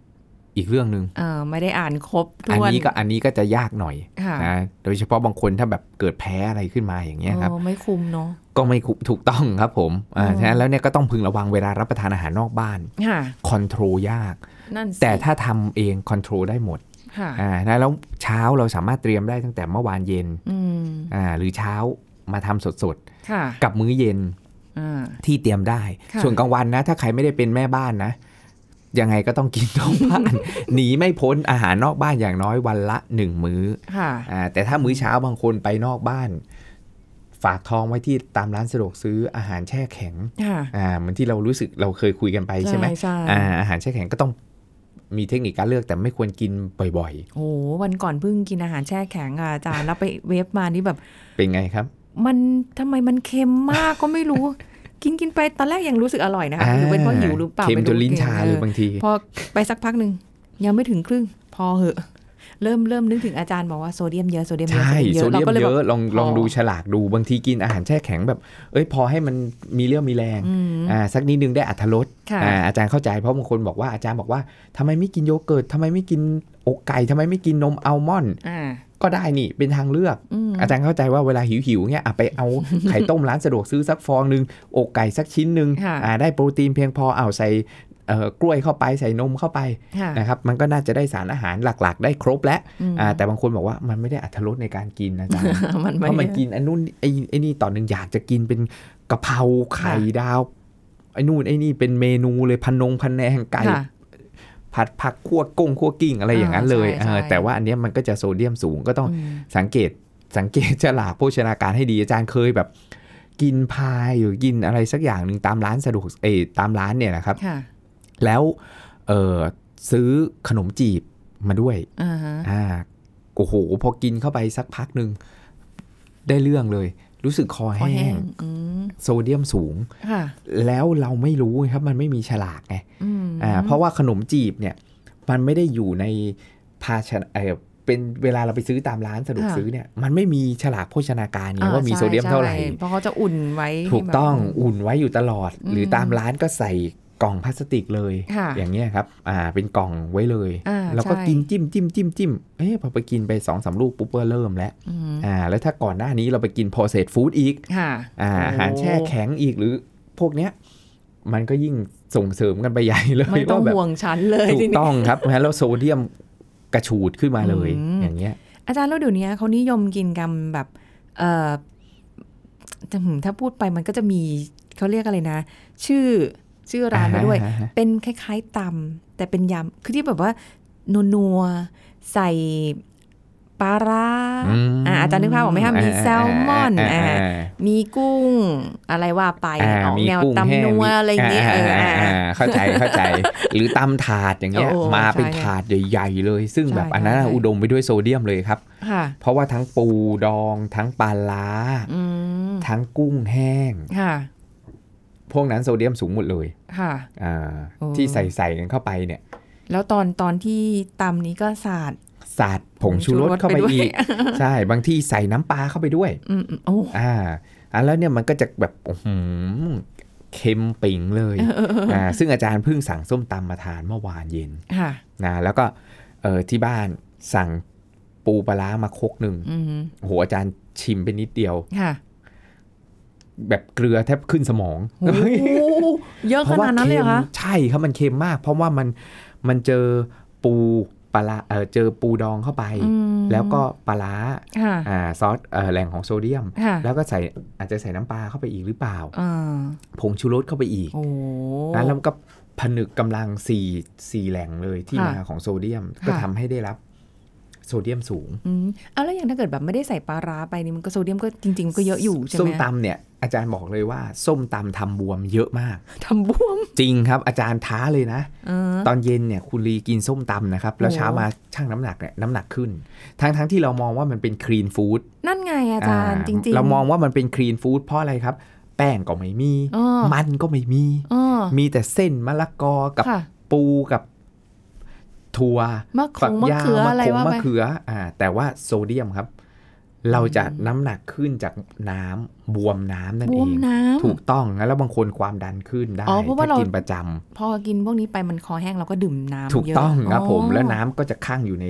C: อีกเรื่องหนึง่ง
B: เอ่อไม่ได้อ่านครบ
C: อั
B: ถ้วน
C: นี้ก็อันนี้ก็จะยากหน่อย
B: ค่ะ
C: นะโดยเฉพาะบางคนถ้าแบบเกิดแพ้อะไรขึ้นมาอย่างเงี้ยครับ
B: โอ้ไม่คุมเนาะ
C: ก็ไม่คุถูกต้องครับผมอ่า
B: อืม
C: ฉะนั้นแล้วเนี่ยก็ต้องพึงระวังเวลารับประทานอาหารนอกบ้าน
B: ค่ะ
C: คอนโทรลยาก
B: นั่นสิ
C: แต่ถ้าทำเองคอนโทรลได้หมด
B: ค่ะ
C: อ่านะแล้วเช้าเราสามารถเตรียมได้ตั้งแต่เมื่อวานเย็น
B: อืม
C: อ่าหรือเช้ามาทำสด
B: ค่ะ
C: ๆ กับมื้อเย็น
B: อ่า
C: ที่เตรียมได้
B: ค่ะ
C: ส่วนกลางวันนะ ถ้าใครไม่ได้เป็นแม่บ้านนะ ยังไงก็ต้องกินนอกบ้าน หนีไม่พ้นอาหารนอกบ้านอย่างน้อยวันละหนึ่งมื้อ
B: ค่ะ
C: อ่าแต่ถ้ามื้อเช้าบางคนไปนอกบ้าน ฝากท้องไว้ที่ตามร้านสะดวกซื้ออาหารแช่แข็ง
B: ค่ะ
C: อ่าเหมือนที่เรารู้สึกเราเคยคุยกันไปใช่ไหม
B: ใช่
C: อ่าอาหารแช่แข็งก็ต้องมีเทคนิคการเลือกแต่ไม่ควรกินบ่อย
B: โอ้โหวันก่อนเพิ่งกินอาหารแช่แข็งอ่ะอาจารย์แล้วไปเวฟมานี่แบบ
C: ๆ เป็นไงครับ
B: มันทำไมมันเค็มมากก็ไม่รู้ กินกินไปตอนแรกยังรู้สึกอร่อยนะคะ
C: อ่า
B: หรือเป็นเพราะหิวหรือเปล่า
C: เค็ม
B: ไรู้
C: จนลิ้นชา
B: เค็ม
C: เลยบางที
B: เออพอไปสักพักหนึ่งยังไม่ถึงครึ่ง พอเหอะ เริ่มเริ่มนึกถึงอาจารย์บอกว่าโซเดียมเยอะโซเดียมเยอะ
C: ใช่โซเดีย
B: ราก็
C: ม
B: ล
C: เย
B: แบบ
C: อะลองลอง
B: พอ
C: ดูฉลากดูบางทีกินอาหารแช่แข็งแบบ เอ้ยพอให้มันมีเรี่ยวมีแรง
B: อืม
C: อ่าสักนิดนึงได้อัธรส
B: ค่ะ
C: อ่าอาจารย์เข้าใจเพราะบางคนบอกว่าอาจารย์บอกว่าทำไมไม่กินโยเกิร์ตทำไมไม่กินอกไก่ทำไมไม่กินนมอัลมอนด์
B: อ่า
C: ก็ได้นี่เป็นทางเลือก
B: อืม
C: อาจารย์เข้าใจว่าเวลาหิวๆเนี่ยอ่ะไป เอา ไข่ต้มร้านสะดวกซื้อสักฟองหนึ่งอกไก่สักชิ้นหนึ่ง
B: ค่ะ
C: อ่าได้โปรตีนเพียงพอเอาใส่เอ่อกล้วยเข้าไปใส่นมเข้าไป
B: ค่ะ
C: นะครับมันก็น่าจะได้สารอาหารหลักๆ ได้ครบแล้ว
B: อืม
C: อ่าแต่บางคนบอกว่ามันไม่ได้อัธรสในการกินนะอาจารย์
B: มัน
C: เพ
B: ไม่
C: ราะมันกินไอ้นู่นไอ้ไอ้นี่ต่อนหนึ่งอยากจะกินเป็นกะเพราไข่ดาวไอ้นู่นไอ้นี่เป็นเมนูเลยพันงพันแหนงไก่
B: ค่ะ
C: ผัดผักคั่วกงคั่วกิ้งอะไรอย่างนั้นเลย
B: อ่าใช่
C: เออ
B: ใช่
C: แต่ว่าอันเนี้ยมันก็จะโซเดียมสูงก็ต้อง
B: อืม
C: สังเกตสังเกตฉลากโภชนาการให้ดีอาจารย์เคยแบบ กินพายหรือกินอะไรสักอย่างหนึ่งตามร้านสะดวกเอยตามร้านเนี่ยนะครับ
B: ค่ะ
C: แล้วเออซื้อขนมจีบมาด้วย
B: อ่าฮะ
C: อ่าโอ้โห พอกินเข้าไปสักพักหนึ่งได้เรื่องเลย รู้สึกคอ
B: คอ
C: แห้
B: แห้
C: ง
B: งอืม
C: โซเดียมสูง
B: ค่ะ
C: แล้วเราไม่รู้ไงครับ มันไม่มีฉลากไง
B: อืม
C: อ่าเพราะว่าขนมจีบเนี่ย มันไม่ได้อยู่ในภาชนะเออเป็นเวลาเราไปซื้อตามร้านสะดวกซื้อเนี่ย มันไม่มีฉลากโภชนาการไง
B: อ่
C: ว่ามี
B: ใช่
C: โซเดียมเท่าไหร่
B: ใช่เพราะเขาจะอุ่นไว้
C: ถูกต้อง
B: ให้แบบ
C: อุ่นไว้อยู่ตลอด
B: อืม
C: หรือตามร้านก็ใส่กล่องพลาสติกเลย
B: ค่ะ
C: อย่างเงี้ยครับอ่าเป็นกล่องไว้เลย
B: อ่า
C: แล้วก็
B: ใช่
C: กินจิ้มจิ้มจิ้มจิ้มเอ๊ะพอไปกินไปสองสามลูกปุ๊บก็เริ่มแล้ว
B: อืม
C: อ่าแล้วถ้าก่อนหน้านี้เราไปกิน processed food อีก
B: ค่ะ
C: อ่าอาหารแช่
B: โอ้
C: แข็งอีกหรือพวกเนี้ยมันก็ยิ่งส่งเสริมกันไปใหญ่เลย
B: ไม่ต้อง
C: ว่าแบบ
B: ห่วงฉันเลย
C: ถู
B: ที
C: ก
B: นี้
C: ต้องครับเพราะฉะนั้นแล้วโซเดียมกระฉูดขึ้นมาเลย
B: อืม
C: อย่างเงี้ย
B: อาจารย์แล้วเดี๋ยวนี้เขานิยมกินกันแบบเออจะหืมถ้าพูดไปมันก็จะมีเขาเรียกอะไรนะ ชื่อชื่อร้านมาด้วย
C: อ่าฮะ
B: เป็นคล้ายๆตำแต่เป็นยำคือที่แบบว่านัวๆใส่ปลาร้าอ่ะอาจารย์นึกภาพออกไหมคะมีแซลมอนอ่า
C: า
B: มีกุ้งอะไรว่าไป
C: อ่า
B: ออก
C: มี
B: แนว
C: กุ้ง
B: ต
C: แห้ง
B: ำนัว
C: มี
B: อะไรอย่างเงี้ยเอออ่า
C: าาเข้าใจเข้าใจ หรือตำถาดอย่างเงี้ย
B: โอ้โอ้
C: มาเป็น
B: ใช่
C: ถาดใหญ่ๆเลย ซึ่ง
B: ใช่
C: แบบอันนั้น
B: ใช่
C: อะอุดมไปด้วยโซเดียมเลยครับ
B: ค่ะ
C: เพราะว่าทั้งปูดองทั้งปลาล้า
B: อืม
C: ทั้งกุ้งแห้ง
B: ค่ะ
C: พวกนั้นโซเดียมสูงหมดเลย
B: ค่ะ
C: อ่า
B: โอ้
C: ที่ใส่ใส่กันเข้าไปเนี่ย
B: แล้วตอนตอนที่ตำนี้ก็สาด
C: สาดผงชูรสเข้า
B: ผงชูรสไป
C: ไป
B: ด้วย
C: อีก ใช่บางที่ใส่น้ำปลาเข้าไปด้วย
B: อืมอืมโอ้
C: อ่าอันแล้วเนี่ยมันก็จะแบบอื้อหือเค็มปิ่งเลยอ่าซึ่งอาจารย์เพิ่งสั่งส้มตำมาทานเมื่อวานเย็น
B: ค่ะ
C: นะแล้วก็เออที่บ้านสั่งปูปลาร้ามาครกหนึ่ง
B: อืม
C: โอ้โหอาจารย์ชิมไปนิดเดียว
B: ค่ะ
C: แบบเกลือแทบขึ้นสมอง
B: โอ้โห เยอะขนาดนั้นเลยเหรอ
C: ค็
B: คะ
C: มใช่ครับมันเค็มมาก เพราะว่ามันมันเจอปูปลาร้าเออเจอปูดองเข้าไป
B: อืม
C: แล้วก็ปลาร้า
B: ค่ะ
C: อ่าซอสเออแหล่งของโซเดียม
B: ค่ะ
C: แล้วก็ใส่อาจจะใส่น้ำปลาเข้าไปอีกหรือเปล่า
B: อ่า
C: ผงชูรสเข้าไปอีก
B: โอ้โห
C: นะแล้วมันก็ผนึกกำลังสี่สี่แหล่งเลยที่
B: ค่ะ
C: มาของโซเดียม ก็
B: ค่ะ
C: ทำให้ได้รับโซเดียมสูง
B: อืมเอาแล้วอย่างถ้าเกิดแบบไม่ได้ใส่ปลาร้าไปนี่มันก็โซเดียมก็จริง ๆ มันก็เยอะอยู่ใช่ไหม
C: ส้มตำเนี่ยอาจารย์บอกเลยว่า ส้มตำทำบวมเยอะมาก
B: ทำบวม
C: จริงครับอาจารย์ท้าเลยนะ
B: เออ
C: ตอนเย็นเนี่ยคุณลีกินส้มตำนะครับ แล้ว
B: โอ้
C: เช้ามาชั่งน้ำหนักเนี่ยน้ำหนักขึ้น ทั้งทั้งๆที่เรามองว่ามันเป็นคลีนฟู้ด
B: นั่นไงอาจารย์จริงๆ
C: เรามองว่ามันเป็นคลีนฟู้ดเพราะอะไรครับ แป้งก็ไม่มี
B: อ้อ
C: มันก็ไม่มี
B: อ้อ
C: มีแต่เส้นมะละกอกับ
B: ค่ะ
C: ปูกับถั่ว
B: มะขงมะเขืออะไร
C: ฝักยาว
B: ว่า
C: ขง
B: ไป
C: มะเขืออ่า แต่ว่าโซเดียมครับ เราจะน้ำหนักขึ้นจากน้ำบวมน้ำนั่น
B: บ
C: เอ
B: วม
C: ง
B: น้ำ
C: ถูกต้องนะแล้วบางคนความดันขึ้นได้
B: อ๋อเพราะว่า
C: ถ้า
B: เรากิ
C: กินประจำ
B: พอกินพวกนี้ไปมันคอแห้งเราก็ดื่มน้ำ
C: ถูก
B: เยะ
C: ต้องครับผม
B: อ๋อ
C: แล้วน้ำก็จะข้างอยู่ใน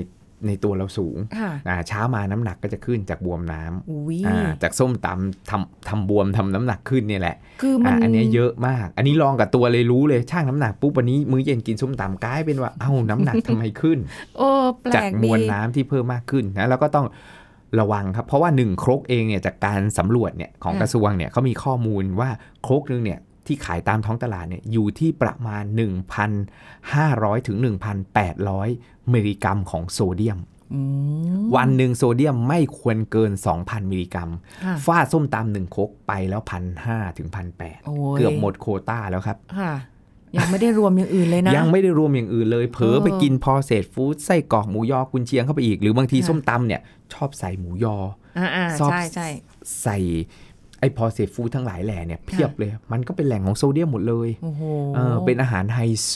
C: ในตัวเราสูง
B: ค่ะ
C: อ่าเช้ามาน้ำหนักก็จะขึ้นจากบวมน้ำ
B: อุ้ย
C: อ่าจากส้มตำทำทำบวมทำน้ำหนักขึ้นเนี่ยแหละ
B: คือมัน
C: อ่าอันเนี้ยเยอะมาก อันนี้ลองกับตัวเลยรู้เลยช่างน้ำหนักปุ๊บวันนี้มื้อเย็นกินส้มตำกลายเป็นว่าเอ้าน้ำหนักทำไมขึ้น
B: โอ้แปล
C: จาก
B: ก
C: ม
B: ดี
C: วลน้ำที่เพิ่มมากขึ้นนะแล้วก็ต้องระวังครับ เพราะว่าหนึ่งครกเองเนี่ยจากการสำรวจเนี่ยของกระทรวงเนี่ยเขามีข้อมูลว่าครกหนึงเนี่ยที่ขายตามท้องตลาดเนี่ยอยู่ที่ประมาณ 1,500 ถึง 1,800 มิลลิกรัมของโซเดียม
B: อืม
C: วันหนึ่งโซเดียมไม่ควรเกิน 2,000 มิลลิกรัม
B: ค่ะ
C: ฟาดส้มตำหนึ่งครกไปแล้วพันห้าถึงพันแปด
B: โอ้ย
C: เกือบหมดโควต้าแล้วครับ
B: ค่ะ ยังไม่ได้รวมอย่างอื่นเลยนะ
C: ยังไม่ได้รวมอย่างอื่นเลย เผลอไปกินพอเศษฟู้ดไส้กรอกหมูยอกุนเชียงเข้าไปอีก หรือบางที
B: ค่ะ
C: ส้มตำเนี่ยชอบใส่หมูยอ
B: อ่า
C: ซอฟ
B: ๆ
C: ต์
B: ใช่ใช่
C: ใส่ไอพอเศษฟู้ดทั้งหลายแหล่เนี่ยเพียบ
B: ค่ะ
C: เลย มันก็เป็นแหล่งของโซเดียมหมดเลย
B: โอ้โห
C: เออเป็นอาหารไฮ
B: โซ
C: โซ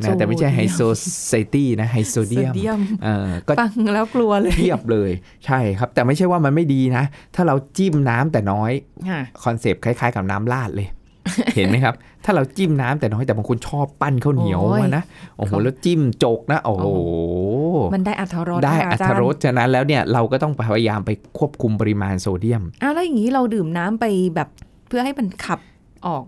C: นะแต่ไม่ใช่
B: เดียม
C: ไฮโซไซตี้นะไฮโซเดียม
B: โซเดียม
C: เออก็
B: ฟังแล้วกลัวเลย
C: เพียบเลยใช่ครับ แต่ไม่ใช่ว่ามันไม่ดีนะ ถ้าเราจิ้มน้ำแต่น้อย
B: ค่ะ
C: คอนเซปต์คล้ายๆกับน้ำราดเลย เห็นไหมครับ ถ้าเราจิ้มน้ำแต่น้อยแต่บางคนชอบปั้นข้าวเหนียวมานะ โอ้โห แล้วจิ้มโจกนะ โอ้โห
B: มันได้อัธรส
C: ได้
B: ค่ะ
C: อั
B: จ
C: ต
B: ย์
C: รสฉะนั้นแล้วเนี่ย เราก็ต้องพยายามไปควบคุมปริมาณโซเดียม
B: อ้าวแล้วอย่างนี้เราดื่มน้ำไปแบบเพื่อให้มันขับออก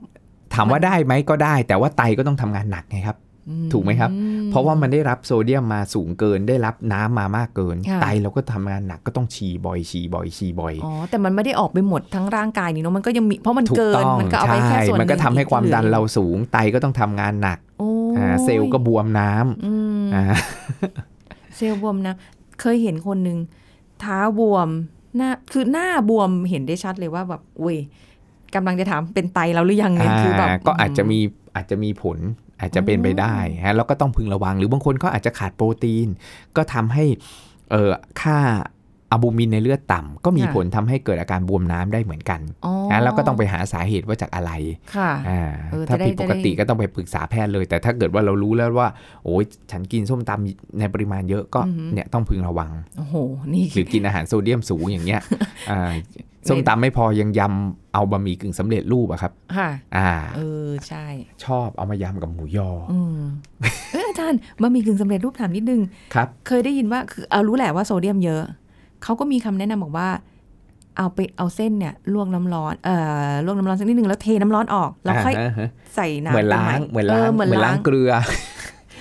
C: ถามว่าได้ไหมก็ได้ แต่ว่าไตก็ต้องทำงานหนักไงครับ
B: อื
C: ถูกไหมครับ
B: อื
C: เพราะว่ามันได้รับโซเดียมมาสูงเกิน ได้รับน้ำมามากเกิน
B: ค่ะ
C: ไตเราก็ทำงานหนักก็ต้องฉี่บ่อยฉี่บ่อยฉี่บ่อย
B: อ๋อแต่มันไม่ได้ออกไปหมดทั้งร่างกายนี่เนาะมันก็ยังมีเพราะมัน
C: ถูก
B: เกิ
C: ต้
B: น
C: อง
B: มันก็เอาไปแค่
C: ใช่
B: ส่วน
C: มันก็ทำให้ความดันเราสูง ไตก็ต้องทำงานหนัก
B: โอ้
C: อ่าเซลล์ก็บวมน้ำ
B: อืม
C: อ่า
B: เซลล์บวมนะ เคยเห็นคนหนึ่งเท้าบวมหน้าคือหน้าบวมเห็นได้ชัดเลยว่าแบบอุ้ยกำลังจะถามเป็นไตเราหรือยังเนี่ยคือแบบ
C: อ่าก็อาจจะมีอาจจะมีผลอาจจะเป็นไปได้ฮะแล้วก็ต้องพึงระวัง หรือบางคนก็อาจจะขาดโปรตีน ก็ทำให้เอ่อค่าอะบูมินในเลือดต่ำก็มี
B: ค่ะ
C: ผลทำให้เกิดอาการบวมน้ำได้เหมือนกัน
B: อ๋อ
C: นะแล้วก็ต้องไปหาสาเหตุว่าจากอะไร
B: ค่ะ
C: อ่า
B: เออ
C: ถ้า
B: จะได้
C: ผิดปกติ
B: จะได้
C: ก็ต้องไปปรึกษาแพทย์เลย แต่ถ้าเกิดว่าเรารู้แล้วว่า โอ้ยฉันกินส้มตำในปริมาณเยอะก็
B: อือหือ
C: เนี่ยต้องพึงระวัง
B: โอ้โหนี่
C: หรือกินอาหารโซเดียมสูงอย่างเงี้ย อ่าส้มตำไม่พอยังยำเอาบะหมี่กึ่งสำเร็จรูปอะครับ
B: ค่ะ
C: อ่า
B: เออใช่
C: ชอบเอามายำกับหมูยออ
B: อืมเอออาจารย์บะหมี่กึ่งสำเร็จรูปถามนิดนึง
C: ครับ
B: เคยได้ยินว่าคือเอารู้แหละว่าโซเดียมเยอะ เขาก็มีคำแนะนำบอกว่า เอาไปเอาเส้นเนี่ยลวกน้ำร้อนเอ่อลวกน้ำร้อนสักนิดนึงแล้วเทน้ำร้อนออก แล้วค่อย
C: อ่าฮะ
B: ใส่น้ำ
C: เหมือนล้าง
B: ไปใ
C: เหมือนล้าง
B: เหมือนล้าง
C: เกลือ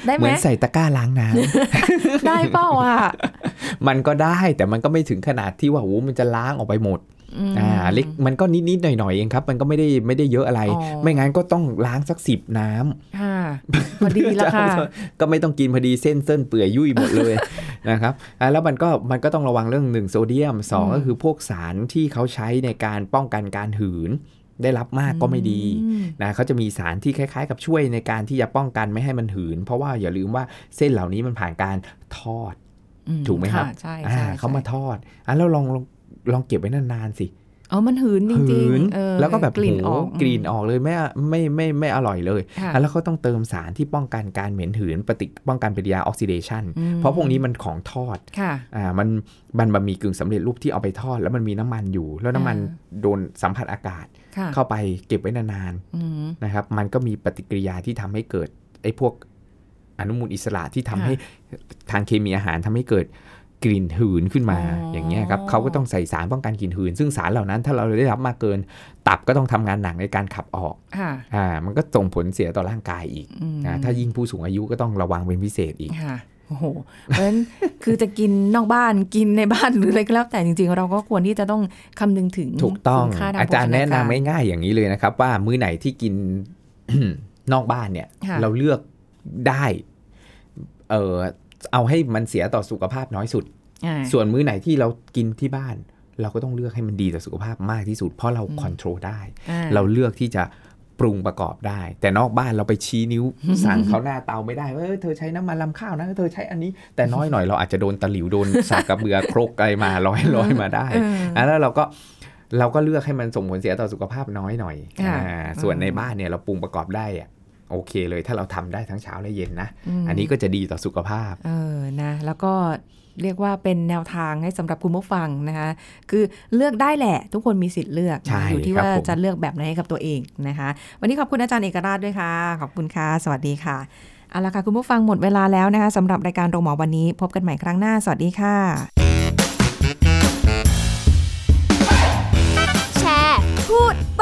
B: ได้
C: เห
B: ไหม
C: มือนใส่ตะกร้าล้างน้
B: ได้เปล่าอ่ะ
C: ำ มันก็ได้แต่มันก็ไม่ถึงขนาดที่ว่าโอ้โหมันจะล้างออกไปหมด
B: ม
C: อ่าเล็กมันก็นิดๆหน่อยๆเองครับ มันก็ไม่ได้ไม่ได้เยอะอะไร
B: อ๋อ
C: ไม่งั้นก็ต้องล้างสักสิบน้ำ
B: ค่ะพอดีแล้วค่ะ
C: ก็ไม่ต้องกินพอดีเส้นเส้นเปื่อยยุ่ยหมดเลย นะครับอ่าแล้วมันก็มันก็ต้องระวังเรื่องหนึ่งโซเดียมสอง
B: อืม
C: ก็คือพวกสารที่เขาใช้ในการป้องกันการหืน ได้รับม ากก็ไม่ดี
B: อืม
C: นะเขาจะมีสารที่คล้ายๆ กับช่วยในการที่จะป้องกันไม่ให้มันหืน เพราะว่าอย่าลืมว่าเส้นเหล่านี้มันผ่านการทอด
B: อื
C: ถูกไหมครับ
B: ะใช่
C: อ่า
B: ใช่
C: เขามาทอดอ่ะแล้วลองลองลองเก็บไว้นานๆสิ
B: อ๋อมันหืนจ
C: หื
B: ริง
C: น
B: ๆเออ
C: แล้วก็แบบ
B: กลิ่นอ
C: โโห
B: อก
C: กลิ่นออกเลยไม่ไม่ไมไม่ไม่อร่อยเลย
B: ค่ะ
C: อ่ะแล้วเขาต้องเติมสารที่ป้องกันการเหม็นหืนปฏิป้องกันปฏิกิริยาออกซิเดชัน
B: อืม
C: เพราะพวกนี้มันของทอด
B: ค่ะ
C: อ่ามันมันบะหมี่กึ่งสำเร็จรูปที่เอาไปทอด แล้วมันมีน้ำมันอยู่ แล้วน้ำมัน
B: อ่
C: โดนสัมผัสอากาศ
B: ค่ะ
C: เข้าไปเก็บไว้นานๆ
B: อืม
C: นะครับมันก็มีปฏิกิริยาที่ทำให้เกิดไอ้พวกอนุมูลอิสระที่ทำ
B: ค่ะ
C: ให้ทางเคมีอาหารทำให้เกิดกลิ่นหืนขึ้นมาอย่างเงี้ยครับเขาก็ต้องใส่สารป้องกันกลิ่นหืน ซึ่งสารเหล่านั้นถ้าเราได้รับมากเกิน ตับก็ต้องทำงานหนักในการขับออก
B: ค่ะ
C: อ่ามันก็ส่งผลเสียต่อร่างกายอีก
B: อืม
C: นะถ้ายิ่งผู้สูงอายุก็ต้องระวังเป็นพิเศษอีก
B: ค่ะโอ้โห เพราะฉะนั้น คือจะกินนอกบ้านกินในบ้านหรืออะไรก็แล้วแต่จริงๆ เราก็ควรที่จะต้องคำนึงถึง
C: ถูกต้อง
B: คุณค่ทง
C: อาจารย์แนะนำ
B: โภชก
C: ง่ายๆอย่างนี้เลยนะครับ ว่ามื้อไหนที่กิน นอกบ้านเนี่ย
B: ค่ะ
C: เราเลือกได้เออเอาให้มันเสียต่อสุขภาพน้อยสุด
B: อ่า
C: ส่วนมื้อไหนที่เรากินที่บ้าน เราก็ต้องเลือกให้มันดีต่อสุขภาพมากที่สุด เพราะเราควบคุมได้
B: อ่
C: เราเลือกที่จะปรุงประกอบได้ แต่นอกบ้านเราไปชี้นิ้ว สั่งเขาหน้าเตาไม่ได้ว่าเออเธอใช้น้ำมันลำข้าวนะเธอใช้อันนี้ แต่น้อยหน่อยเราอาจจะโดนตะหลิวโดนสากกระเบือ ครกอะไรมาร้อยร้อยมาได้
B: เออ
C: อ่ะแล้วเราก็เราก็เลือกให้มันส่งผลเสียต่อสุขภาพน้อยหน่อย
B: ค่ะ
C: อ่าส่วน
B: อืม
C: ในบ้านเนี่ยเราปรุงประกอบได้อะโอเคเลยถ้าเราทำได้ทั้งเช้าและเย็นนะ
B: ม
C: อันนี้ก็จะดีต่อสุขภาพ
B: เออนะ แล้วก็เรียกว่าเป็นแนวทางให้สำหรับคุณผู้ฟังนะคะ คือเลือกได้แหละ ทุกคนมีสิทธิ์เลือก
C: ใช่
B: อยู่ที่
C: ครับ
B: ว่า
C: ผม
B: จะเลือกแบบไหนให้กับตัวเองนะคะ วันนี้ขอบคุณอาจารย์เอกราชด้วยค่ะ ขอบคุณค่ะ สวัสดีค่ะเอาละค่ะคุณผู้ฟังหมดเวลาแล้วนะคะสำหรับรายการโรงหมอวันนี้ พบกันใหม่ครั้งหน้าสวัสดีค่ะ
A: แชร์ พูด บ